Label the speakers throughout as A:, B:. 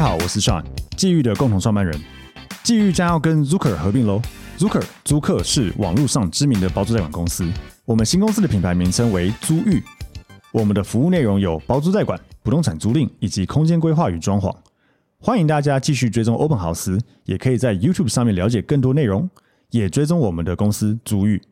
A: 好，我是 Sean，际遇的共同创办人。际遇将要跟 Zucker 合并喽。Zucker 租客是网络上知名的包租代管公司，我们新公司的品牌名称为租遇。我们的服务内容有包租代管、不动产租赁以及空间规划与装潢。欢迎大家继续追踪 Open House，也可以在 YouTube 上面了解更多内容，也追踪我们的公司租遇。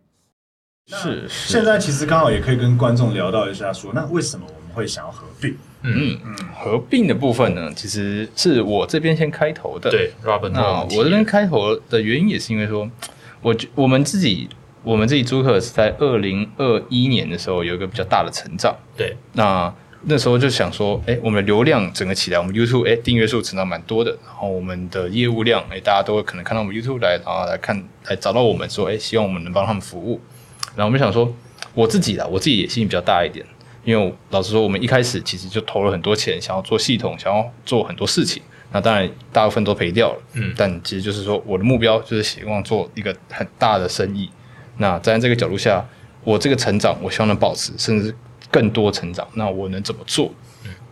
B: 是是，
A: 现在其实刚好也可以跟观众聊到一下说，那为什么我们会想要合并？
B: 嗯嗯，合并的部分呢，其实是我这边先开头的。，
C: 对，Robin，
B: 那
C: 后
B: 我这边开头的原因也是因为说，我觉我们自己我们自己租客是在二零二一年的时候有一个比较大的成长。
C: 对
B: 那那时候就想说，哎、我们的流量整个起来，我们 YouTube 哎、订阅数成长蛮多的，然后我们的业务量哎、大家都会可能看到我们 YouTube 来，然后来看来找到我们说，哎、希望我们能帮他们服务。然后我们想说，我自己啦，我自己野心比较大一点，因为我老实说，我们一开始其实就投了很多钱，想要做系统，想要做很多事情。那当然，大部分都赔掉了。
C: 嗯
B: 但其实就是说，我的目标就是希望做一个很大的生意。那站在这个角度下，我这个成长，我希望能保持，甚至更多成长。那我能怎么做？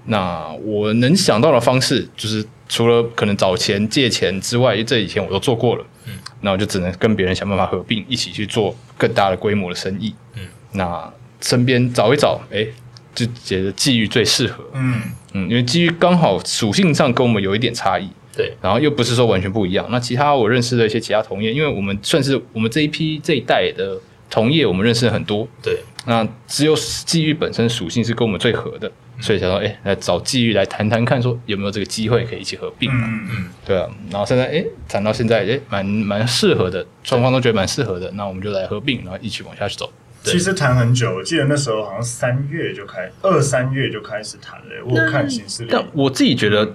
B: 那我能想到的方式，就是除了可能找钱、借钱之外，因为这以前我都做过了。嗯，那我就只能跟别人想办法合并，一起去做更大的规模的生意。
C: 嗯，
B: 那身边找一找，哎，就觉得际遇最适合。
A: 嗯，
B: 嗯，因为基于刚好属性上跟我们有一点差异，
C: 对，
B: 然后又不是说完全不一样。那其他我认识的一些其他同业，因为我们算是我们这一批这一代的同业，我们认识很多。
C: 对，
B: 那机遇机遇本身属性是跟我们最合的，
A: 嗯
B: 所以想说，哎、来找机遇来谈谈看，说有没有这个机会可以一起合并嘛？
A: 嗯嗯
B: 对啊，然后现在哎，诶谈到现在，哎，蛮蛮适合的，双方都觉得蛮适合的，那我们就来合并，然后一起往下去走。
C: 对
A: 其实谈很久，我记得那时候好像三月就开，二三月就开始谈了。我有看行事历，
B: 但我自己觉得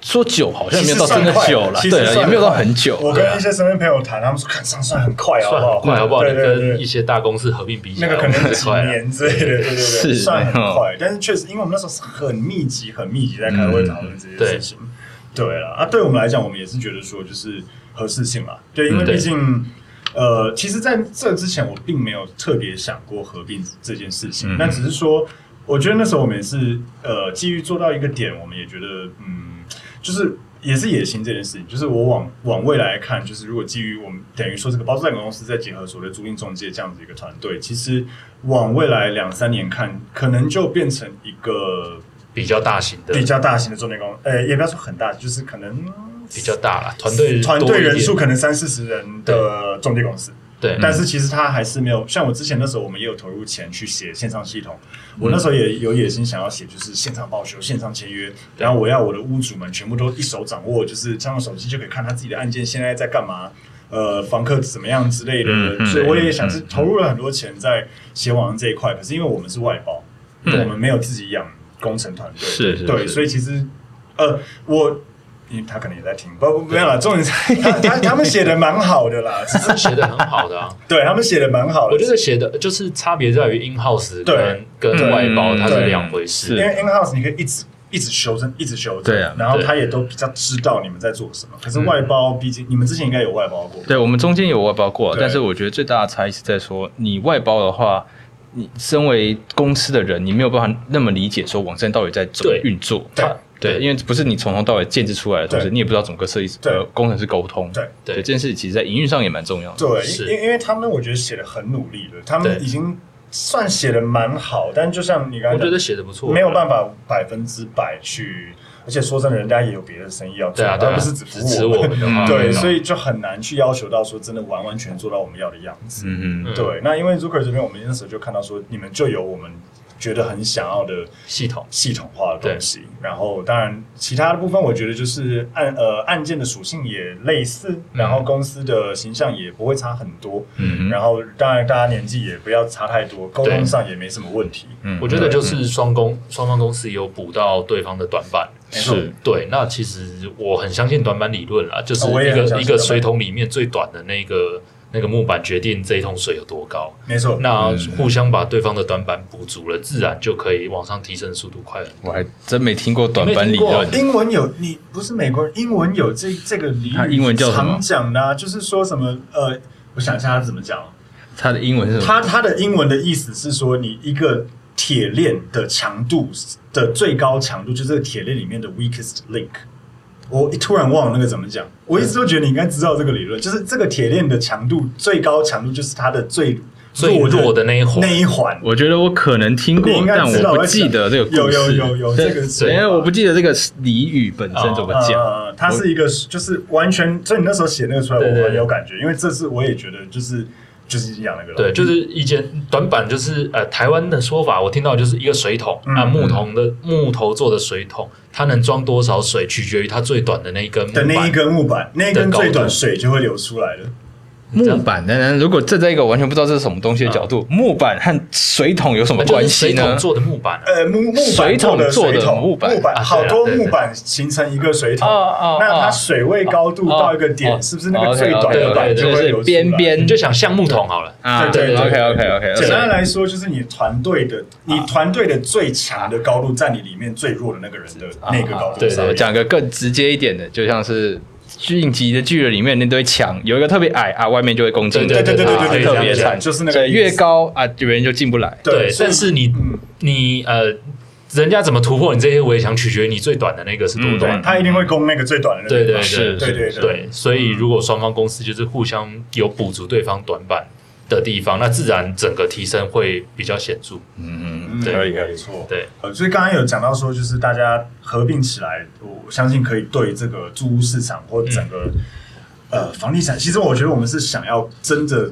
B: 说久好像没有到真的久了，
A: 其实
B: 对
A: 算快
B: 啊，也没有到很久。
A: 我
B: 对啊
A: 跟一些身边朋友谈，他们说看上算很快，好不
C: 算
A: 好？
C: 很快好不好？
A: 对
C: 你
A: 对
C: 跟一
A: 对，
C: 些大公司合并比起
A: 那
C: 来，
A: 个可
C: 我
A: 能
C: 们
A: 几
C: 快啊嗯了
A: 年之类的，对对对，
B: 是
A: 算很
B: 没有
A: 快。但是确实，因为我们那时候是很密集、很密集在开
C: 嗯
A: 会讨论这些事情。对了啊，对我们来讲，我们也是觉得说就是合适性啦。对，因
C: 嗯
A: 为
C: 对
A: 毕竟。呃，其实在这之前，我并没有特别想过合并这件事情。
B: 嗯
A: 那只是说，我觉得那时候我们也是呃，基于做到一个点，我们也觉得嗯，就是也是野心这件事情。就是我往往未来看，就是如果基于我们等于说这个包租代管公司再结合所谓的租赁中介这样子一个团队，其实往未来两三年看，可能就变成一个
C: 比较大型的，
A: 比较大型的中介公司，呃，也不要说很大，就是可能
C: 比较大了，团队
A: 团
C: 多
A: 队
C: 一
A: 人
C: 点
A: 数可能三四十人的中介公司。
C: 对，
B: 嗯
A: 但是其实它还是没有像我之前那时候，我们也有投入钱去写线上系统。我那时候也有野心想要写，就是线上报修、线上签约，然后我要我的屋主们全部都一手掌握，就是这样手机就可以看他自己的案件现在在干嘛，呃，房客怎么样之类的。
B: 嗯嗯
A: 所以我也想
B: 嗯
A: 是投入了很多钱在写网上这一块，可是因为我们是外包，
C: 对
A: 我们没有自己养工程团队，
B: 是是
A: 对，
B: 是
A: 所以其实呃，我。因为他可能也在听，不不没有啦，重 点是他他他们写的蛮好的啦，只是
C: 嗯写的很好 的啊，
A: 对他们写的蛮好的，
C: 我觉得写的就是差别在于 in house
A: 对
C: 跟跟
A: 嗯
C: 外包它是
A: 对
C: 两回
A: 因
C: 事，
A: 为 in house 你可以一直一直修正，一直修正，
B: 对啊
A: 然后
C: 对嗯
A: 他也都比较知道你们在做什么。可是外包，毕竟你们之前应该有外包过，
B: 对，我们中间有外包过，
A: 对
B: 但是我觉得最大的差异是在说，你外包的话，你身为公司的人，你没有办法那么理解说网站到底在怎么
C: 对
B: 运作。
A: 对
B: 对，因为不是你从头到尾建制出来的东西，
A: 对
B: 你也不知道怎么跟设计
A: 对
B: 呃工程师沟通。
A: 对
C: 对
B: 这件事其实在营运上也蛮重要的。
A: 对，
C: 是
A: 因因因为他们我觉得写的很努力了，他
C: 对
A: 们已经算写的蛮好，但就像你刚
C: 我
A: 才
C: 觉得
A: 讲，
C: 写的不错，
A: 没有办法百分之百去。而且说真的，人家也有别的生意要
C: 对
A: 做，
C: 啊对
A: 而
C: 啊，
A: 不是只
C: 只
A: 服
C: 吃
A: 务
C: 我
A: 们。
C: 们的话，
A: 对，
C: 嗯
A: 所以就很难去要求到说真的完完全做到我们要的样子。
B: 嗯嗯，
C: 嗯
A: 对，那因为 Zucker 这边，我们那时候就看到说，你们就有我们觉得很想要的
C: 系统
A: 系统化的东西。然后，当然其他的部分，我觉得就是案呃案件的属性也类似，然后公司的形象也不会差很多。
B: 嗯
A: 然后，当然大家年纪也不要差太多，沟通上也没什么问题。
B: 嗯
C: 我觉得就是双公双方公司有补到对方的短板。
B: 嗯
A: 没错
B: 是
C: 对，那其实我很相信短板理论啦，就是
A: 啊我也
C: 一
A: 很相
C: 个
A: 信
C: 一个
A: 短板
C: 水桶里面最短的那个那个木板决定这一桶水有多高。
A: 没错，
C: 那互相把对方的短板补足了，自然就可以往上提升速度快了。
B: 我还真没听过短板理
C: 没
B: 论
C: 听。
A: 英文有你不是美国人，英文有这这个俚
B: 它
A: 语，
B: 英文叫什么
A: 常讲的、啊，就是说什么呃，我想一下他怎么讲。
B: 它的英文是什么？
A: 它它的英文的意思是说，你一个铁链的强度的最高强度，就是这个铁链里面的 weakest link。我突然忘了那个怎么讲，我一直都觉得你应该知道这个理论，就是这个铁链的强度最高强度就是它的最
C: 最弱的那一环
A: 那一环。
B: 我觉得我可能听
A: 你
B: 过
A: 应，该
B: 但
A: 知道
B: 我不
A: 在
B: 记
A: 讲
B: 得这个故
A: 有有
B: 事
A: 有有
B: 对
A: 这个
C: 谁
B: 因为我不记得这个俚语本身怎么讲。
A: 呃，它是一个就是完全，所以你那时候写那个出来，
C: 对对
A: 我很
C: 对
A: 有感觉，因为这次我也觉得就是就是一样那个了
C: 对，就是以前短板就是呃，台湾的说法，我听到就是一个水桶
A: 嗯
C: 啊，木桶的木头做的水桶，它能装多少水，取决于它最短的那一根木
A: 的那一
C: 板。
A: 根木板，那一
C: 的
A: 根
C: 高度
A: 最短水就会流出来了。
B: 木板当然，如果站在一个完全不知道这是什么东西的角度，木板和水桶有什么
C: 那就
B: 关
C: 是
B: 系
C: 水
B: 呢
C: 桶？做的木板啊，
A: 呃，木木
B: 水
A: 板
B: 桶
A: 的
B: 做
A: 水
B: 的
A: 桶
B: 木板
A: 木
C: 啊
A: 板好
C: 对啊
A: 多
C: 对对
A: 木板形成一个水桶，
B: 哦哦
A: 那它
B: 哦
A: 水位高度
B: 哦
A: 到一个点，
B: 哦
A: 是不是那个
B: 哦
A: 最
B: ，OK，OK，
A: 短的板
C: 对对
A: 就
B: 对
A: 会
B: 是
A: 流出来？
B: 边边
C: 你就想像木桶好了。
B: 啊，
A: 嗯对对对
B: ，OK OK OK，
A: 简单来说，就是你团队的，你团队的最强的高度在你里面最弱的那个人的
B: 啊
A: 那个高度
C: 对
A: 上
C: 对
B: 我
A: 面。
B: 讲个更直接一点的，就像是晋级的巨人里面那堆墙，有一个特别矮啊，外面就会攻进
C: 对
B: 人，
C: 对对对
B: 啊
C: 对对
B: 特
C: 对
B: 别
C: 对
B: 惨，
A: 就是那个
B: 所以
A: 意思
B: 越高啊，别人就进不来。
A: 对，所以
C: 但是你
A: 嗯
C: 你呃，人家怎么突破你这些围墙，取决于你最短的那个是多
B: 嗯
C: 短
B: 对。
A: 他一定会攻那个最短的人。
C: 对对
B: 是
A: 对对
C: 对对，所以如果双方公司就是互相有补足对方短板的地方，那自然整个提升会比较显著。
B: 嗯，
A: 嗯
C: 对
B: 可以可
A: 没
B: 以。
A: 错。
C: 对，
A: 呃，所以刚刚有讲到说，就是大家合并起来，我相信可以对这个租屋市场或整个、
B: 嗯
A: 呃房地产，其实我觉得我们是想要真的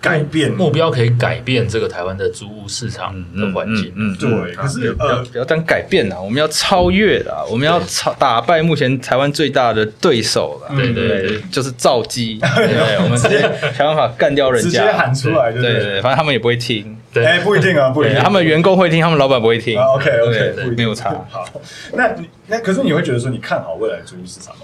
A: 改变
C: 目标可以改变这个台湾的租屋市场的环境。
B: 嗯
A: 对可是
B: 不要
A: 呃
B: 不要当改变啦，我们要超越啦，我们要超打败目前台湾最大的对手啦，
C: 对对
B: 对
C: 对，
B: 就是造机，对对，我们直接想办法干掉人
A: 直接
B: 家
A: 喊，出来，
B: 对
A: 对不
B: 对，对反正他们也不会听，
C: 对
A: 哎、不一定啊，不一
B: 对
A: 定，
B: 他们员工会听，他们老板不会听
A: 啊，OK
B: 对
A: OK，
B: 对
A: 不一定
B: 没有差。
A: 好，那你那可是你会觉得说，你看好未来租屋市场吗？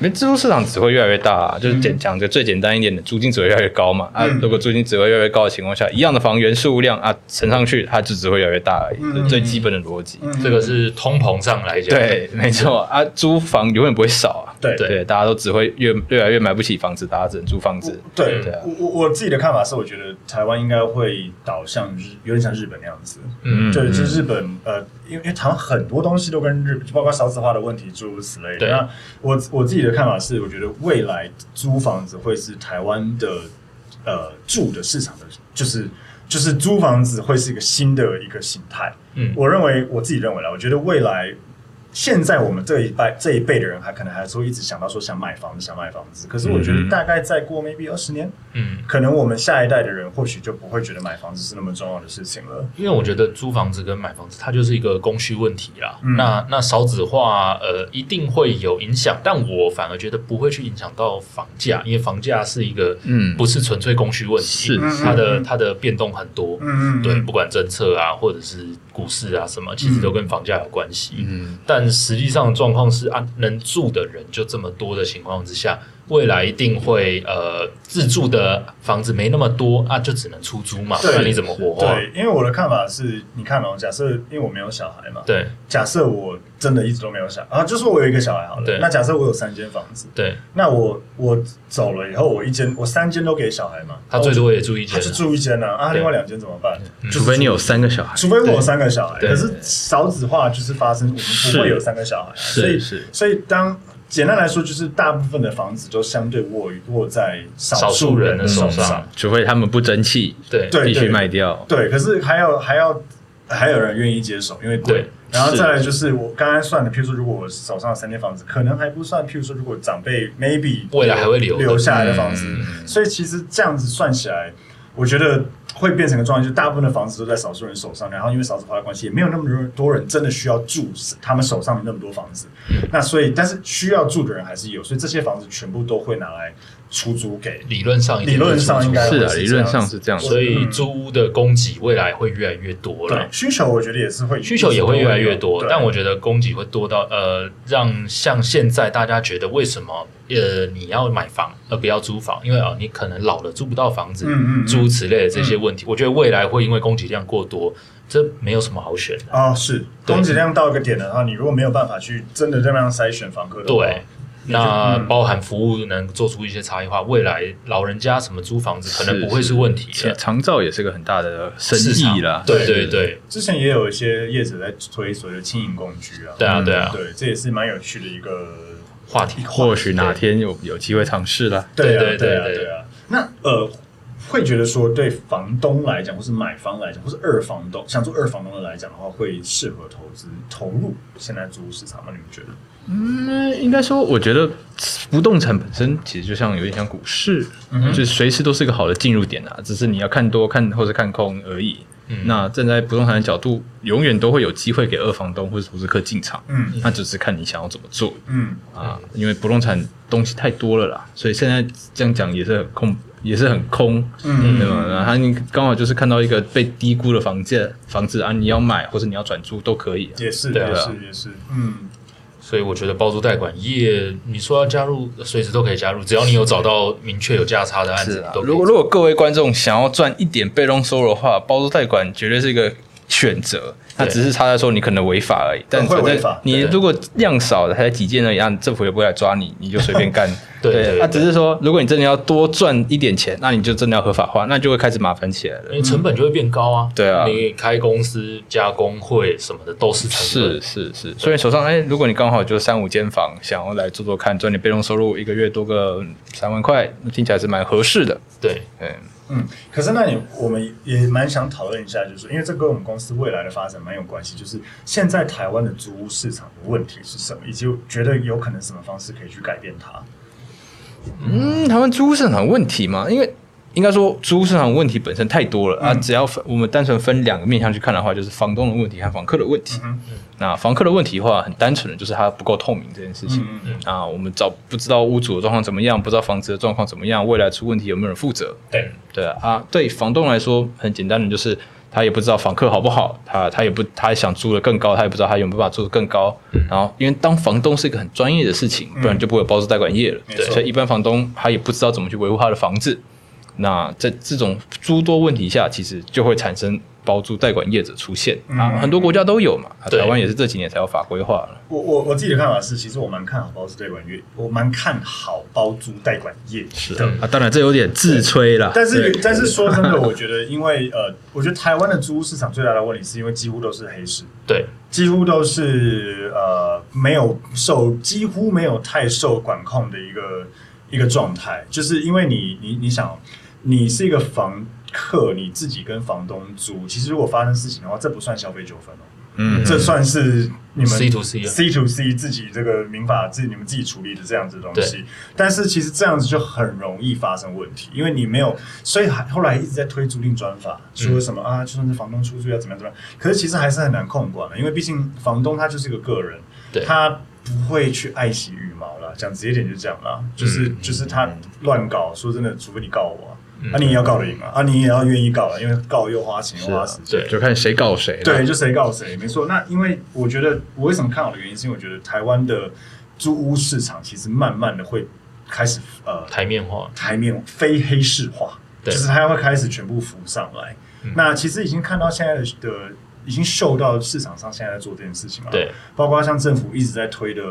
B: 因为自助市场只会越来越大、啊，就是简讲个最简单一点的，租金只会越来越高嘛。啊
A: 嗯，
B: 如果租金只会越来越高的情况下，一样的房源数量啊乘上去，它就只会越来越大而已，
A: 嗯
B: 这是最基本的逻辑。
A: 嗯
C: 这个是通膨上来讲，
B: 对，没 错啊，租房永远不会少啊。
A: 对
C: 对
B: 对，大家都只会越越来越买不起房子，大家只能租房子。
A: 对
B: 对啊，
A: 我我我自己的看法是，我觉得台湾应该会导向日，有点像日本那样子。
C: 嗯，
A: 对，就是日本呃，因为因为台湾很多东西都跟日，包括少子化的问题诸如此类的。
C: 对
A: 那我我自己的看法是，我觉得未来租房子会是台湾的呃住的市场的，就是就是租房子会是一个新的一个形态。
C: 嗯
A: 我认为我自己认为啦，我觉得未来现在我们这一辈这一辈的人还可能还是会一直想到说想买房子，想买房子。可是我觉
B: 嗯
A: 得大概再过 maybe 二十年，
C: 嗯，
A: 可能我们下一代的人或许就不会觉得买房子是那么重要的事情了。
C: 因为我觉得租房子跟买房子，它就是一个供需问题啦。
A: 嗯
C: 那那少子化，呃，一定会有影响，但我反而觉得不会去影响到房价，因为房价是一个，
B: 嗯
C: 不是纯粹供需问题，
B: 是
A: 是
C: 它的
A: 嗯
C: 它的变动很多，
A: 嗯嗯，嗯嗯
C: 对，不管政策啊，或者是股市啊什么，其实都跟房价有关系。
B: 嗯，
C: 但实际上的状况是，按能住的人就这么多的情况之下，未来一定会呃自住的房子没那么多啊，就只能出租嘛，
A: 对
C: 那你怎么活啊化？
A: 对，因为我的看法是，你看哦，假设因为我没有小孩嘛，
C: 对
A: 假设我真的一直都没有小啊，就说我有一个小孩好
C: 对
A: 了，那假设我有三间房子，
C: 对，
A: 那我我走了以后，我一间我三间都给小孩嘛，哦
C: 他最多也住一
A: 他
C: 间啊，
A: 就住一间啊，啊，
C: 对
A: 另外两间怎么办？就是
B: 除非你有三个小孩，
A: 除非我有三个小孩，
B: 对
A: 可是少子化就是发生，我们不会有三个小孩啊，
B: 是
A: 所以
B: 是
A: 所以当简单来说，就是大部分的房子都相对握于握在
C: 少
A: 少
C: 数人的
A: 的
C: 手
A: 上
C: 上，，
B: 除非他们不争气，
C: 对
A: 对
B: 必须卖掉。
A: 对，可是还有还要还有人愿意接手，因为贵
C: 对。
A: 然后
B: 是
A: 再来就是我刚刚算的，譬如说，如果我手上有三间房子，可能还不算。譬如说，如果长辈 maybe
C: 未来还会留的
A: 留下来的房子，
B: 嗯
A: 所以其实这样子算起来，我觉得会变成个状况，就是大部分的房子都在少数人手上，然后因为少子化的关系，也没有那么多多人真的需要住他们手上的那么多房子。
C: 嗯
A: 那所以，但是需要住的人还是有，所以这些房子全部都会拿来出租给。
C: 理论上一定
A: 理论上应该
B: 是
A: 会
B: 啊，
A: 这样
B: 理论
A: 子
B: 上是这样子。
C: 所以租屋的供给未来会越来越多了
A: 对。需求，我觉得也是会
C: 需求也会越来越多，
A: 对
C: 但我觉得供给会多到呃，让像现在大家觉得为什么呃你要买房而不要租房，因为啊、呃你可能老了租不到房子，
A: 嗯嗯嗯
C: 诸如此类的这些问题，我觉得未来会因为供给量过多，这没有什么好选的。
A: 啊、是
C: 对
A: 供给量到一个点的话，你如果没有办法去真的这样筛选房客的话，
B: 哦
C: 对，那
B: 嗯
C: 包含服务能做出一些差异化，未来老人家什么租房子可能不会是问题
B: 是
C: 的。
B: 长照也是个很大的生
C: 市场
B: 意啦。
C: 对对对，
A: 之前也有一些业者在推所谓的轻盈工具啊，
C: 对啊
A: 嗯
C: 对啊
A: 对，这也是蛮有趣的一个
C: 话题。
B: 或许哪天有有机会尝试啦。
A: 对啊
C: 对对
A: 对啊
C: 对
A: 对啊。那呃，会觉得说对房东来讲，或是买方来讲，或是二房东想做二房东的来讲的话，会适合投资投入现在租屋市场吗？你们觉
C: 啊
A: 得？
B: 嗯，应该说，我觉得不动产本身其实就像有点像股市，
A: 嗯
B: 就是随时都是一个好的进入点啊，只是你要看多看或是看空而已。
A: 嗯
B: 那站在不动产的角度，永远都会有机会给二房东或是投资客进场，
A: 嗯
B: 那只是看你想要怎么做
A: 嗯
B: 啊。因为不动产东西太多了啦，所以现在这样讲也是很空，也是很空，
A: 嗯
B: 对吗？然后你刚好就是看到一个被低估的房价房子啊，你要买或者你要转租都可以、啊。
A: 也是
C: 对啊
A: 也是也是，嗯
C: 所以我觉得包租代管业，你说要加入，随时都可以加入，只要你有找到明确有价差的案
B: 是
C: 子，
B: 啊
C: 你都，可以
B: 如果如果各位观众想要赚一点被动收入的话，包租贷款绝对是一个选择。那
C: 对
B: 只是差在说你可能违法而已，但
A: 会
B: 反
A: 违
B: 正
A: 法
B: 你
C: 对
B: 如果量少的才几件而已，那政府也不会来抓你，你就随便干。
C: 对对对
B: 那只是说，如果你真的要多赚一点钱，那你就真的要合法化，那就会开始麻烦起来了。
C: 因为成本就会变高啊。
B: 对啊
C: 你开公司、加工会什么的都是成本。
B: 是是是，所以手上哎，如果你刚好就三五间房，想要来做做看，赚点被动收入，一个月多个三万块，那听起来是蛮合适的。
C: 对，
B: 嗯，
A: 嗯。可是那你我们也蛮想讨论一下，就是因为这跟我们公司未来的发展蛮有关系，就是现在台湾的租屋市场的问题是什么，以及觉得有可能什么方式可以去改变它。
B: 嗯，台湾租屋市场有问题嘛，因为应该说租屋市场问题本身太多
A: 嗯
B: 了、啊，只要分我们单纯分两个面向去看的话，就是房东的问题和房客的问题。
A: 嗯
B: 那房客的问题的话，很单纯的就是它不够透明这件事情。
A: 嗯嗯，
B: 啊，我们找不知道屋主的状况怎么样，不知道房子的状况怎么样，未来出问题有没有人负责？
A: 对，
B: 对啊啊，对房东来说很简单的就是。他也不知道房客好不好，他他也不他想租的更高，他也不知道他有没有办法租的更高。然后，因为当房东是一个很专业的事情，不然就不会有包租代管业了。
A: 嗯没错
B: 所以一般房东他也不知道怎么去维护他的房子。那在这种诸多问题下，其实就会产生包租代管业者出现、啊，
A: 嗯
B: 很多国家都有嘛，啊
C: 对
B: 台湾也是这几年才有法规化了。
A: 我我我自己的看法是，其实我蛮看好包租代管业，我蛮看好包租代管业
B: 是
A: 的。
B: 啊，当然这有点自吹啦。
A: 但是
B: 对
A: 但是说真的，我觉得因为呃，我觉得台湾的租屋市场最大的问题是因为几乎都是黑市，
C: 对，
A: 几乎都是呃没有受几乎没有太受管控的一个一个状态，就是因为你你你想，你是一个房客，你自己跟房东租，其实如果发生事情的话，这不算消费纠纷哦，
B: 嗯
A: 这算是你们
C: C to C 啊
A: C to C 自己这个民法自己你们自己处理的这样子的东西，但是其实这样子就很容易发生问题，因为你没有，所以还后来一直在推租赁专法，
C: 嗯
A: 说什么、啊，就算是房东出租要怎么样怎么样，可是其实还是很难控管的，因为毕竟房东他就是一个个人，
C: 对
A: 他不会去爱惜羽毛啦，讲直接点就这样啦，就是、
C: 嗯
A: 就是他乱搞，说真的，除非你告我啊。啊，你也要告得赢啊！啊，你也要愿意告啊，因为告又花钱又
B: 是
A: 花
B: 啊
A: 时间。
C: 对
B: 就看谁告谁了。
A: 对，就谁告谁，没错。那因为我觉得我为什么看好的原因，是因为我觉得台湾的租屋市场其实慢慢的会开始呃
C: 台面化。
A: 台面非黑市化，就
C: 对嗯
A: 是它会开始全部浮上来。那其实已经看到现在的的已经嗅到市场上现在在做这件事情了，
C: 对，
A: 包括像政府一直在推的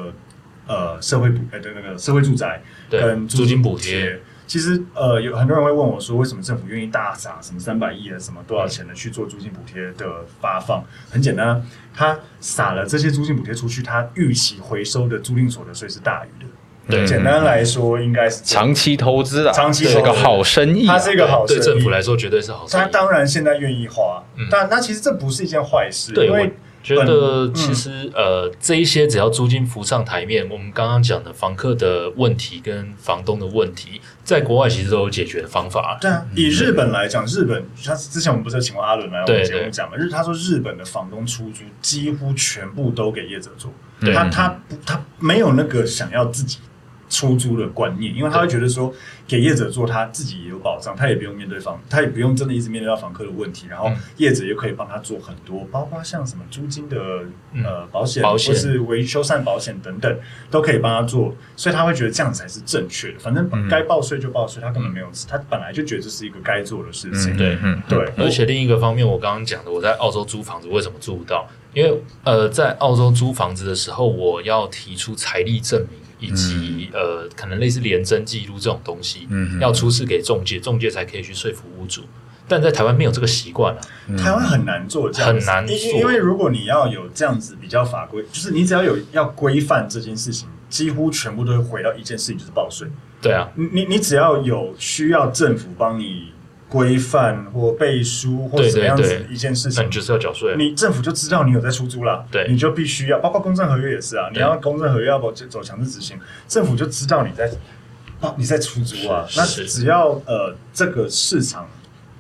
A: 呃社会补呃对那个社会住宅
C: 对
A: 跟
C: 租金
A: 补
C: 补贴。
A: 其实呃，有很多人会问我说，为什么政府愿意大撒什么三百亿啊，什么多少钱的去做租金补贴的发放？很简单啊，他撒了这些租金补贴出去，他预期回收的租赁所得税是大于的。
C: 对
A: 简单来说应该是这样
B: 长期投资啊，
A: 长期
B: 是
A: 投资
B: 个好生意啊、
A: 它是一个好
C: 对
A: 生意
C: 政府来说绝对是好生
A: 他
C: 意。
A: 当然现在愿意花，但那其实这不是一件坏事，
C: 对，
A: 因
C: 我
A: 为
C: 觉
A: 本
C: 得
A: 嗯
C: 其实、呃，这一些只要租金浮上台面，我们刚刚讲的房客的问题跟房东的问题，在国外其实都有解决的方法。
A: 对啊，以日本来讲，日本他之前我们不是有请过阿伦来我们
C: 对
A: 节目
C: 对
A: 讲嘛，日他说日本的房东出租几乎全部都给业者做，
C: 对
A: 他他不他没有那个想要自己出租的观念，因为他会觉得说给业者做，他自己也有保障，他也不用面对房，他也不用真的一直面对到房客的问题，然后
C: 嗯
A: 业者也可以帮他做很多，包括像什么租金的
C: 嗯
A: 呃保险，
C: 保险
A: 或是维修缮保险等等，都可以帮他做，所以他会觉得这样才是正确的，反正该报税就报税，他根本没有，他本来就觉得这是一个该做的事情，
C: 对
B: 嗯，
A: 对，
C: 而且另一个方面，我刚刚讲的，我在澳洲租房子为什么租不到？因为呃，在澳洲租房子的时候，我要提出财力证明，以及、
A: 嗯
C: 呃，可能类似廉征记录这种东西，
B: 嗯
C: 要出示给中介，中介才可以去说服屋主。但在台湾没有这个习惯啊，
A: 台湾很难做这样子，
C: 很难做
A: 因因为如果你要有这样子比较法规，就是你只要有要规范这件事情几乎全部都会回到一件事情，就是报税。
C: 对啊，
A: 你你你只要有需要政府帮你规范或背书或
C: 对
A: 怎么
C: 对
A: 样
C: 对
A: 子，一件事
C: 那
A: 情
C: 你，就是要缴税啊。
A: 你政府就知道你有在出租啦，
C: 对
A: 你就必须要，包括公证合约也是啊，你要公证合约要不走走强制执行，政府就知道你在，啊你在出租啊，
C: 是
A: 那
C: 是
A: 只要呃这个市场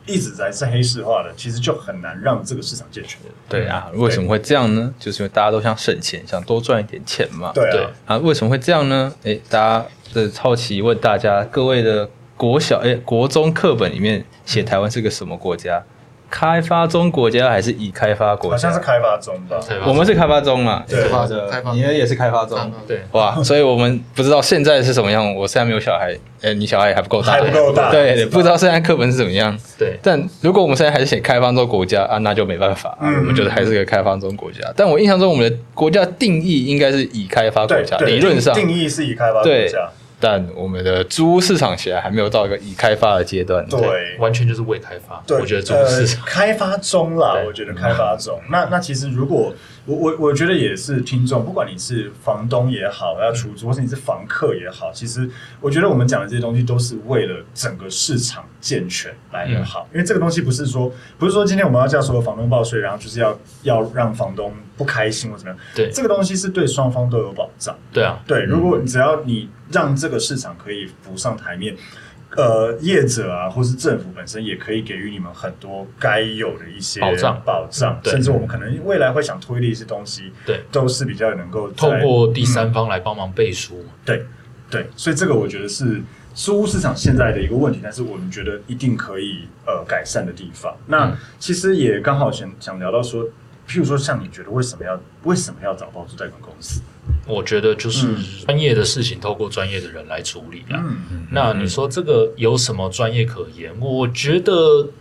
A: 一直在是黑市化的，其实就很难让这个市场健全。
B: 对啊，
A: 嗯
B: 为什么会这样呢？就是因为大家都想省钱，想多赚一点钱嘛。
A: 对
C: 对
A: 啊，
B: 啊，为什么会这样呢？诶，大家的好奇问大家，各位的国小诶国中课本里面写台湾是个什么国家？开发中国家还是已开发国
A: 好
B: 家？
A: 像是开发中吧，
C: 对吧
B: 我们是开发中嘛？
A: 对嗯
D: 开发中开发中
B: 你们也是开发中。
C: 对，
B: 哇，所以我们不知道现在是什么样。我现在没有小孩，诶，你小孩还不够大，
A: 还不够大
B: 对，不知道现在课本是怎么样。
C: 对，
B: 但如果我们现在还是写开放中国家啊，那就没办法，
A: 嗯
B: 我们就是还是个开放中国家。但我印象中，我们的国家定义应该是已开发国
A: 对
B: 家，
A: 对
B: 理论上，
A: 定义是以开发国
B: 对
A: 家，
B: 但我们的租屋市场起来还没有到一个已开发的阶段。
A: 对。
C: 完全就是未开发。
A: 对，
C: 我觉得中国市场
A: 呃、开发中啦
C: 对，
A: 我觉得开发中。那那其实如果我我我觉得也是听众，不管你是房东也好，要出
C: 嗯
A: 租，或是你是房客也好，其实我觉得我们讲的这些东西都是为了整个市场健全来的好，
C: 嗯
A: 因为这个东西不是说不是说今天我们要叫所有房东报税，然后就是要要让房东不开心或怎么样，
C: 对
A: 这个东西是对双方都有保障。
C: 对啊，
A: 对，如果只要你让这个市场可以浮上台面，呃，业者啊，或是政府本身也可以给予你们很多该有的一些
C: 保障嗯
A: 保障，
C: 对
A: 甚至我们可能未来会想推的一些东西，
C: 对，
A: 都是比较能够在
C: 透过第三方来帮忙背书嘛。
A: 对对，所以这个我觉得是租屋市场现在的一个问题，但是我们觉得一定可以呃改善的地方。那、
C: 嗯
A: 其实也刚好想想聊到说，譬如说像你觉得为什么要为什么要找包租代管公司？
C: 我觉得就是
A: 嗯
C: 专业的事情，透过专业的人来处理啊。
A: 嗯，
C: 那你说这个有什么专业可言？我觉得，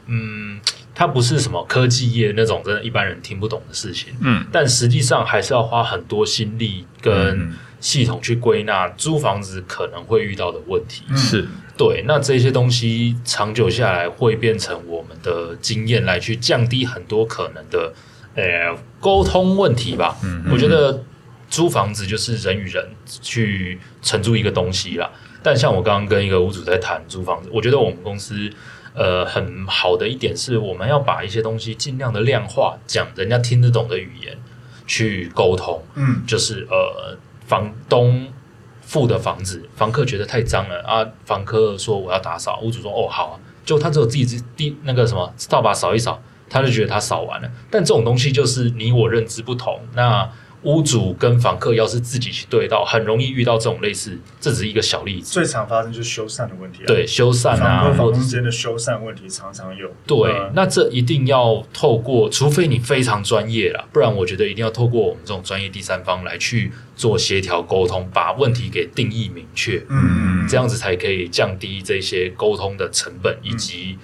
C: 嗯，它不是什么科技业那种真的一般人听不懂的事情，
B: 嗯，
C: 但实际上还是要花很多心力跟
B: 嗯
C: 系统去归纳租房子可能会遇到的问题。
A: 嗯
B: 是
C: 对，那这些东西长久下来会变成我们的经验来去降低很多可能的呃沟通问题吧。嗯，我觉得租房子就是人与人去承租一个东西啦。但像我刚刚跟一个屋主在谈租房子，我觉得我们公司呃很好的一点是，我们要把一些东西尽量的量化，讲人家听得懂的语言去沟通。
A: 嗯
C: 就是呃，房东付的房子，房客觉得太脏了啊，房客说我要打扫，屋主说哦好啊，就他只有自己自地那个什么扫把扫一扫，他就觉得他扫完了。但这种东西就是你我认知不同，那屋主跟房客要是自己去对到，很容易遇到这种类似，这只是一个小例子。
A: 最常发生就是修缮的问题、啊，
C: 对，修缮
A: 房
C: 啊，
A: 客
C: 或
A: 房
C: 者
A: 东
C: 是
A: 之间的修缮问题常常有。
C: 对
A: 呃，
C: 那这一定要透过，除非你非常专业啦，不然我觉得一定要透过我们这种专业第三方来去做协调沟通，把问题给定义明确，
A: 嗯，
C: 这样子才可以降低这些沟通的成本，以及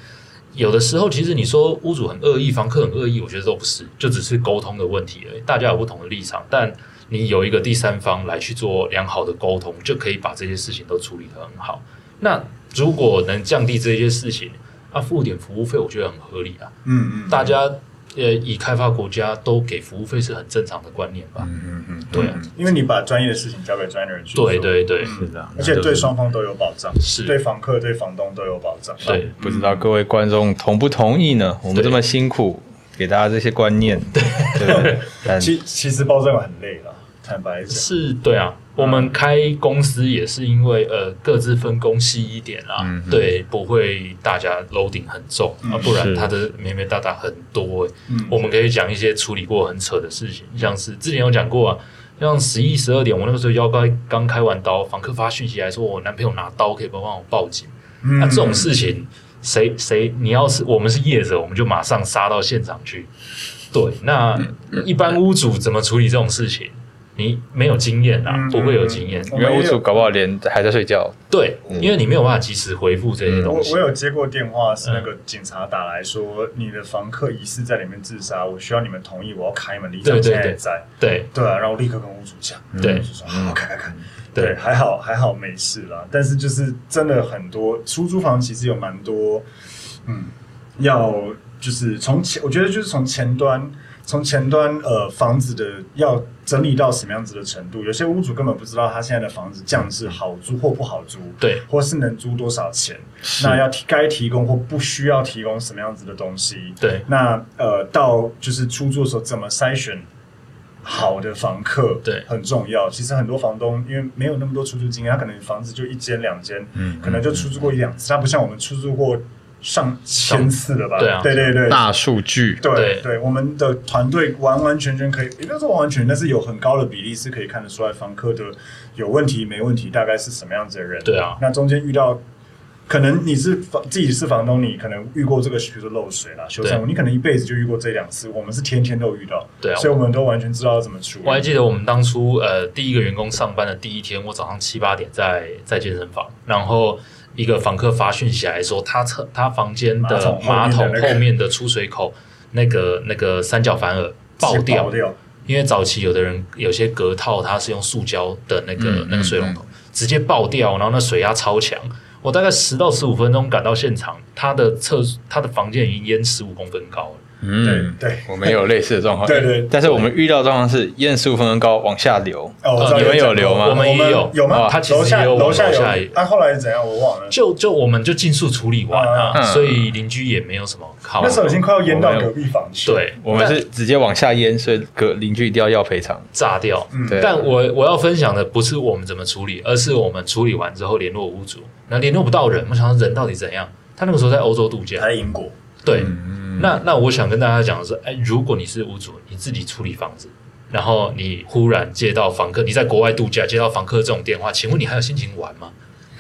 C: 有的时候其实你说屋主很恶意，房客很恶意，我觉得都不是，就只是沟通的问题而已，大家有不同的立场，但你有一个第三方来去做良好的沟通，就可以把这些事情都处理得很好。那如果能降低这些事情，啊，付点服务费，我觉得很合理啊。
A: 嗯嗯，
C: 大家呃，以开发国家都给服务费是很正常的观念吧？
E: 嗯嗯，嗯
C: 对啊，
A: 因为你把专业的事情交给专业的人去做，
C: 对对对，
E: 是的，
A: 而且对双方都有保障，
C: 是
A: 对房客、对房东都有保障。
C: 对，
B: 不知道各位观众同不同意呢？我们
C: 对
B: 这么辛苦给大家这些观念，嗯对，对但
A: 其其实包证很累了，坦白讲，
C: 是，对啊。我们开公司也是因为呃各自分工细一点啦，
B: 嗯哼
C: 对，不会大家 loading 很重、啊，不然
B: 是
C: 它的美美大大很多、欸。
A: 嗯
C: 我们可以讲一些处理过很扯的事情，像是之前有讲过啊，像十一十二点，我那个时候腰刚刚开完刀，房客发讯息来说我男朋友拿刀，可以帮帮我报警。
A: 嗯
C: 那、啊这种事情，谁谁你要是我们是业者，我们就马上杀到现场去。对，那
A: 嗯
C: 一般屋主怎么处理这种事情？你没有经验啊
A: 嗯，
C: 不会有经验。
A: 嗯
B: 因为屋主搞不好连还在睡觉，
C: 对，因为你没有办法及时回复这些
A: 嗯我
C: 东西嗯
A: 我。有接过电话，是那个警察打来说，你的房客疑似在里面自杀，我需要你们同意，我要开门，离场
C: 对对
A: 现在
C: 对
A: 也在。
C: 对
A: 对啊，然后我立刻跟屋主讲，
C: 对
A: 屋主说好，看看看，
C: 对
A: 对，还好还好没事啦。但是就是真的很多出租房其实有蛮多，嗯，要就是从前，我觉得就是从前端从前端呃房子的要整理到什么样子的程度，有些屋主根本不知道他现在的房子降至好租或不好租，
C: 对
A: 或是能租多少钱，那要提该提供或不需要提供什么样子的东西，
C: 对
A: 那呃到就是出租的时候怎么筛选。好的房客
C: 对
A: 很重要。其实很多房东因为没有那么多出租经验，他可能房子就一间两间，
E: 嗯
A: 可能就出租过一两次，他不像我们出租过上千次了吧？
C: 对啊
A: 对对对，
B: 大数据，
A: 对
C: 对
A: 对，我们的团队完完全全可以，也不要说完完全，但是有很高的比例是可以看得出来房客的有问题没问题，大概是什么样子的人。
C: 对啊
A: 那中间遇到。可能你是房自己是房东，你可能遇过这个，比如说漏水啦、修缮，
C: 对
A: 你可能一辈子就遇过这两次。我们是天天都遇到，
C: 对啊
A: 所以我们都完全知道怎么处理。
C: 我还记得我们当初呃第一个员工上班的第一天，我早上七八点在在健身房，然后一个房客发讯息来说，他厕他房间
A: 马
C: 的马桶
A: 桶后面的那个
C: 后面的出水口那个那个三角反耳爆
A: 直接
C: 掉
A: 爆，掉，
C: 因为早期有的人有些隔套，它是用塑胶的那个、那个水龙头、直接爆掉，然后那水压超强。我大概十到十五分钟赶到现场，他的厕他的房间已经淹十五公分高了。
B: 嗯，
A: 对对
B: 我们有类似的状况，
A: 对对
B: 但是我们遇到的状况是验十五分高往下流，
A: 哦，我知道
B: 你们
A: 讲
B: 有留
A: 过
B: 吗
A: 我
B: 我
C: 们也有
A: 有吗？
B: 哦
C: 他其实
A: 楼下
C: 也有我
A: 楼下
C: 楼下也哦
A: 有，他后来是怎样？我忘了。
C: 就就我们就尽速处理完啊，
B: 嗯
C: 所以邻居也没有什么靠。
A: 那时候已经快要淹到
B: 我们
A: 隔壁房去。
C: 对，
B: 我们是直接往下淹，所以隔邻居一定要要赔偿。
C: 炸掉。
A: 嗯
B: 对
C: 但我我要分享的不是我们怎么处理，而是我们处理完之后联络屋主，那联络不到人，我想说人到底怎样？他那个时候在欧洲度假
A: 他，在英国，
C: 对，
B: 嗯
C: 那那我想跟大家讲的是，哎，如果你是屋主，你自己处理房子，然后你忽然接到房客，你在国外度假接到房客这种电话，请问你还有心情玩吗？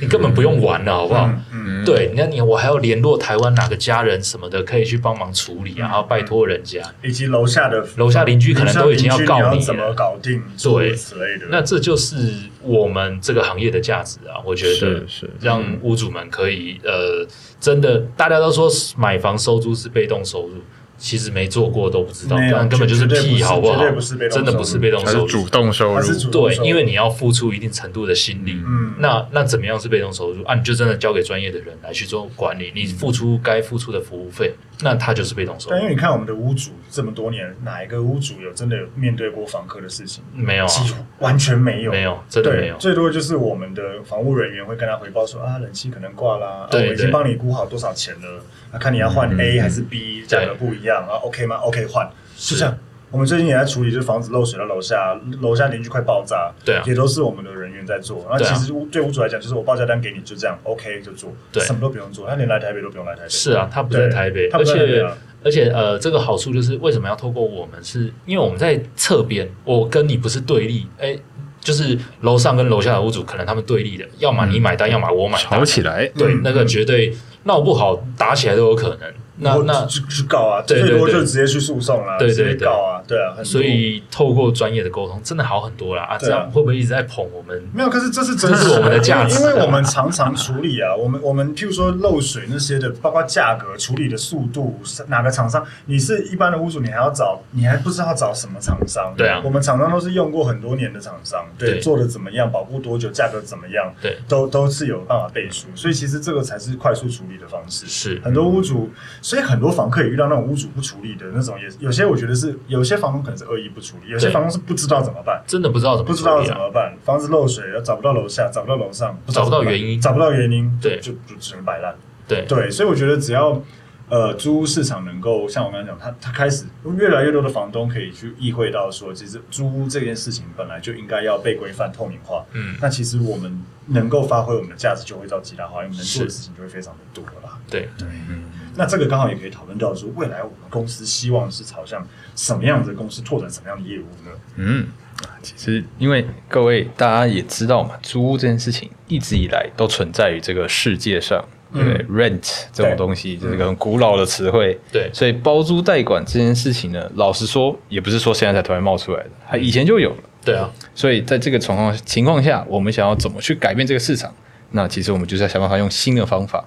C: 你根本不用玩了，好不好？
A: 嗯嗯，
C: 对，那你我还要联络台湾哪个家人什么的，可以去帮忙处
A: 嗯
C: 理啊，然后拜托人家。
A: 以及楼下的
C: 楼下邻居可能都已经
A: 要
C: 要告
A: 你
C: 你了
A: 怎么搞定，诸如此类的。
C: 那这就是我们这个行业的价值啊，我觉得
B: 是
A: 嗯
B: 是
C: 让屋主们可以呃，真的大家都说买房收租是被动收入，其实没做过都不知道，
A: 没有
C: 但根本就是
A: 绝绝对不
C: 屁，
A: 是
C: 好不好
A: 绝对不是被？动
C: 真的不是被动
B: 还
C: 收入，
B: 动收
A: 它是主动
C: 对，
A: 收
C: 因为你要付出一定程度的心力。
A: 嗯
C: 那那怎么样是被动收入啊？你就真的交给专业的人来去做管理，你付出该付出的服务费，那它就是被动收
A: 但因
C: 入。
A: 为你看我们的屋主这么多年，哪一个屋主有真的有面对过房客的事情？
C: 没有啊，
A: 几乎完全没有，
C: 没有真的
A: 对
C: 没有
A: 最多就是我们的房务人员会跟他回报说啊，冷气可能挂啦，啊
C: 对
A: 我已经
C: 对嗯
A: 帮你估好多少钱了，啊、看你要换 A 还是 B，价格不一样啊，OK 吗？OK 换，是这样。我们最近也在处理，就是房子漏水到楼下，楼下邻居快爆炸，
C: 对啊
A: 也都是我们的人员在做。那
C: 对啊
A: 其实屋对屋主来讲，就是我报价单给你，就这样，OK 就做，
C: 对
A: 什么都不用做，他连来台北都不用来台北，
C: 是啊，他不在
A: 对
C: 台北，
A: 他
C: 而
A: 不在台北
C: 且
A: 啊
C: 而且呃，这个好处就是为什么要透过我们是，因为我们在侧边，我跟你不是对立，哎、就是楼上跟楼下的屋主可能他们对立的，要么你买单，要么我买单，
B: 来，
C: 对，
A: 嗯
C: 那个绝对闹不好打起来都有可能。那
A: 我
C: 那
A: 去去告啊，
C: 对对
A: 最多就
C: 对
A: 直接去诉讼啦，
C: 对对
A: 直接
C: 对
A: 告啊，对啊，很多
C: 所以透过专业的沟通，真的好很多啦啊！
A: 对啊
C: 这样会不会一直在捧我们？
A: 没有，可是这是真
C: 这
A: 实
C: 是我们的价值啊
A: 因为因为我们常常处理啊，我们我们譬如说漏水那些的，包括价格、处理的速度，是哪个厂商？你是一般的屋主，你还要找，你还不知道找什么厂商？
C: 对啊
A: 我们厂商都是用过很多年的厂商，对，
C: 对
A: 做的怎么样，保护多久，价格怎么样，
C: 对，
A: 都都是有办法背书，所以其实这个才是快速处理的方式。
C: 是
A: 很多屋主，所以很多房客也遇到那种屋主不处理的那种，也有些我觉得是有些房东可能是恶意不处理，有些
C: 对
A: 房东是不知道怎么办。
C: 真的不知道怎么
A: 不
C: 处
A: 知道
C: 理
A: 怎
C: 啊！
A: 么办，房子漏水了，找不到楼下，找不到楼上，
C: 找不到原因
A: 找不到原因，
C: 对
A: 就就只能摆烂。
C: 对
A: 对，所以我觉得只要呃租屋市场能够像我刚才讲，它它开始越来越多的房东可以去意会到说，其实租屋这件事情本来就应该要被规范透明化。
C: 嗯
A: 那其实我们能够发挥我们的价值就会到极大化，因为我们能做的
C: 是
A: 事情就会非常的多了啦。
C: 对
A: 那这个刚好也可以讨论到说，未来我们公司希望是朝向什么样的公司拓展什么样的业务呢？
B: 嗯，其实因为各位大家也知道嘛，租屋这件事情一直以来都存在于这个世界上。对不对、r e n t 这种东西就是个很古老的词汇，
C: 对
B: 所以包租代管这件事情呢，老实说，也不是说现在才突然冒出来的，它以前就有了。
C: 对啊！
B: 所以在这个情况情况下，我们想要怎么去改变这个市场？那其实我们就是要想办法用新的方法。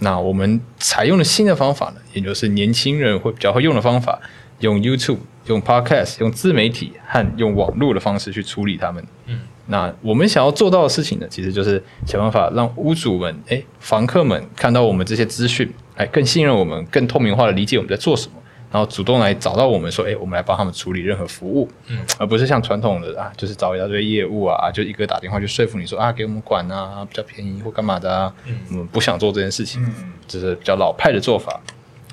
B: 那我们采用的新的方法呢，也就是年轻人会比较会用的方法，用 YouTube、用 Podcast、用自媒体和用网络的方式去处理他们。
C: 嗯，
B: 那我们想要做到的事情呢，其实就是想办法让屋主们、哎房客们看到我们这些资讯，哎更信任我们，更透明化的理解我们在做什么。然后主动来找到我们说，哎，我们来帮他们处理任何服务，
C: 嗯，
B: 而不是像传统的啊，就是找一大堆业务啊，就一个打电话去说服你说啊，给我们管啊，比较便宜或干嘛的啊，
C: 嗯
B: 我们不想做这件事情，
A: 嗯，
B: 这是比较老派的做法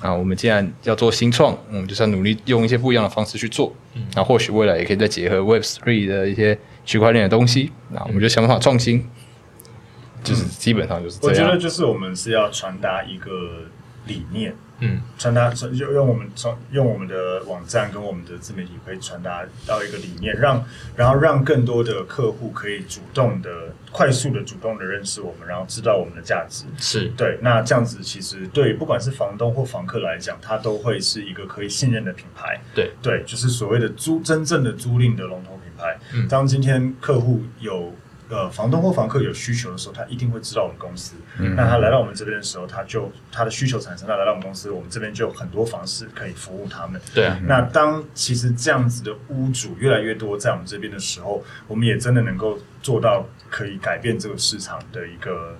B: 啊。我们既然要做新创，我们就是要努力用一些不一样的方式去做。
C: 嗯
B: 那或许未来也可以再结合 Web Three 的一些区块链的东西，那我们就想办法创新。就是基本上就是
A: 我
B: 这
A: 觉
B: 样。
A: 得就是我们是要传达一个理念，
C: 嗯
A: 传达传就用我们传用我们的网站跟我们的自媒体可以传达到一个理念，让然后让更多的客户可以主动的、快速的、主动的认识我们，然后知道我们的价值。
C: 是
A: 对，那这样子其实对于不管是房东或房客来讲，它都会是一个可以信任的品牌。
C: 对
A: 对，就是所谓的租真正的租赁的龙头品牌。
C: 嗯
A: 当今天客户有呃房东或房客有需求的时候，他一定会知道我们公司。
C: 嗯
A: 那他来到我们这边的时候，他就他的需求产生，他来到我们公司，我们这边就有很多方式可以服务他们。
C: 对啊，
A: 那当其实这样子的屋主越来越多在我们这边的时候，我们也真的能够做到可以改变这个市场的一个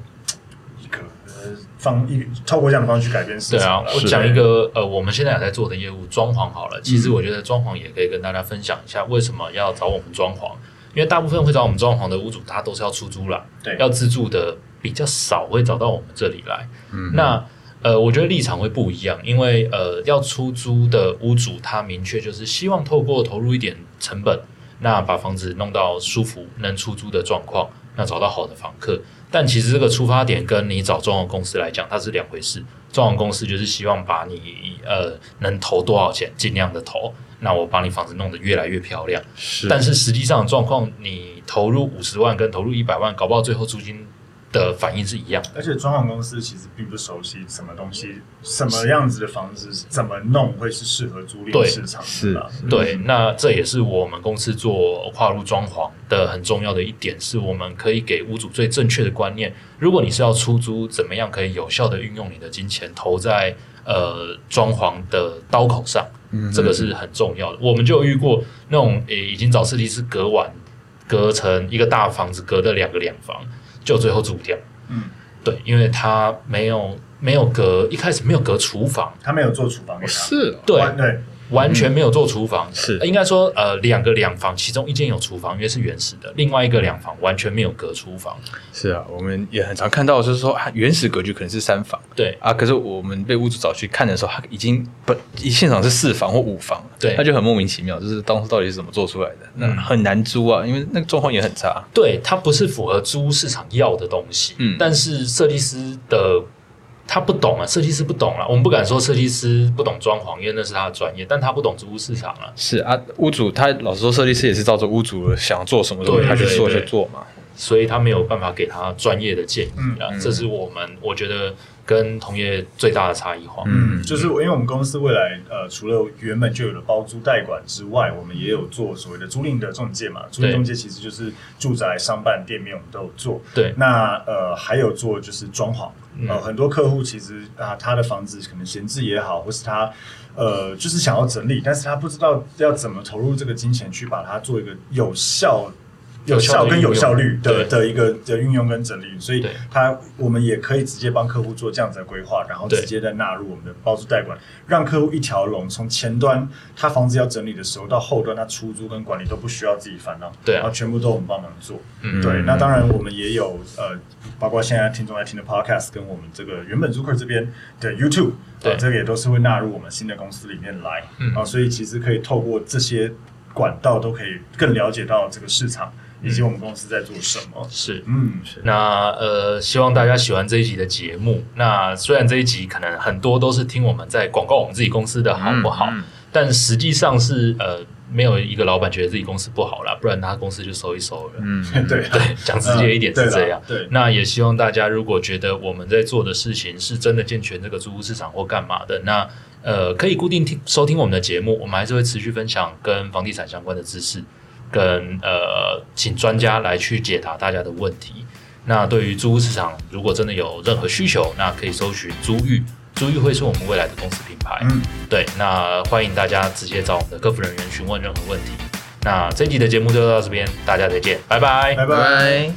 A: 一个呃方一透过这样的方式去改变市
C: 对啊，
A: 场啦。嗯
C: 我
A: 是
C: 讲一个呃，我们现在有在做的业务装潢好了。其实我觉得装潢也可以跟大家分享一下，为什么要找我们装潢？因为大部分会找我们装潢的屋主，他都是要出租啦，
A: 对
C: 要自住的比较少会找到我们这里来。嗯，那呃，我觉得立场会不一样，因为呃，要出租的屋主他明确就是希望透过投入一点成本，那把房子弄到舒服能出租的状况，那找到好的房客。但其实这个出发点跟你找装潢公司来讲，它是两回事。装潢公司就是希望把你呃能投多少钱，尽量的投。那我把你房子弄得越来越漂亮，
B: 是
C: 但是实际上的状况，你投入五十万跟投入一百万，搞不好最后租金的反应是一样的。
A: 而且装潢公司其实并不熟悉什么东西、什么样子的房子怎么弄会是适合租赁
C: 对
A: 市场
B: 是
A: 的吧？
C: 对，那这也是我们公司做跨入装潢的很重要的一点，是我们可以给屋主最正确的观念。如果你是要出租，怎么样可以有效的运用你的金钱投在呃装潢的刀口上？
A: 嗯
C: 这个是很重要的。我们就有遇过那种诶、已经找设计师隔完，隔成一个大房子，隔了两个两房，就最后租掉。
A: 嗯，
C: 对，因为他没有没有隔，一开始没有隔厨房，
A: 他没有做厨房给他，
B: 是哦
C: 对，
A: 完对，
C: 完全没有做厨房，
B: 嗯是
C: 呃应该说呃两个两房，其中一间有厨房，因为是原始的，另外一个两房完全没有隔厨房，
B: 是啊，我们也很常看到，就是说啊，原始格局可能是三房
C: 对
B: 啊，可是我们被屋主找去看的时候，他已经本一现场是四房或五房了，
C: 对
B: 那就很莫名其妙，就是当初到底是怎么做出来的？那很难租啊，因为那个状况也很差。
C: 对，它不是符合租屋市场要的东西，
B: 嗯
C: 但是设计师的他不懂啊，设计师不懂啊，我们不敢说设计师不懂装潢，因为那是他的专业，但他不懂租屋市场啊，
B: 是啊，屋主他老实说，设计师也是照着屋主想做什么东西，
C: 对
B: 他去
C: 对
B: 做就
C: 对
B: 做嘛。
C: 所以他没有办法给他专业的建议啊，
B: 嗯嗯
C: 这是我们我觉得跟同业最大的差异化，
A: 嗯，就是因为我们公司未来呃，除了原本就有的包租代管之外，我们也有做所谓的租赁的中介嘛。租赁
C: 对
A: 中介其实就是住宅、商办、店面，我们都有做。
C: 对
A: 那呃，还有做就是装潢，呃，
C: 嗯
A: 很多客户其实啊，他的房子可能闲置也好，或是他呃，就是想要整理，但是他不知道要怎么投入这个金钱去把它做一个有效。有
C: 有效
A: 效
C: 的
A: 跟有
C: 运用
A: 效率的
C: 对
A: 的一个的运用跟整理，所以
C: 对
A: 他我们也可以直接帮客户做这样子的规划，然后
C: 对
A: 直接再纳入我们的包租代管，让客户一条龙，从前端他房子要整理的时候到后端他出租跟管理都不需要自己烦恼，
C: 对啊
A: 然后全部都我们帮忙做。
C: 嗯
A: 对，那当然我们也有呃，包括现在听众在听的 podcast 跟我们这个原本 Zucker 这边的 YouTube，
C: 对
A: 呃这个也都是会纳入我们新的公司里面来，
C: 嗯
A: 啊，所以其实可以透过这些管道都可以更了解到这个市场以及我们公司在做什么。
C: 嗯是。
A: 嗯，
C: 那呃，希望大家喜欢这一集的节目。那虽然这一集可能很多都是听我们在广告我们自己公司的好不好，但实际上是呃，没有一个老板觉得自己公司不好啦，不然他公司就收一收了。
B: 嗯，
A: 对，
C: 对，讲直接一点
A: 嗯
C: 是
A: 对啦
C: 这样。
A: 对
C: 那也希望大家如果觉得我们在做的事情是真的健全这个租屋市场或干嘛的，那呃，可以固定听收听我们的节目，我们还是会持续分享跟房地产相关的知识，跟呃，请专家来去解答大家的问题。那对于租屋市场，如果真的有任何需求，那可以搜寻租遇，租遇会是我们未来的公司品牌。
A: 嗯，
C: 对，那欢迎大家直接找我们的客服人员询问任何问题。那这一集的节目就到这边，大家再见，拜拜
A: 拜
B: 拜
A: 拜。
B: 拜。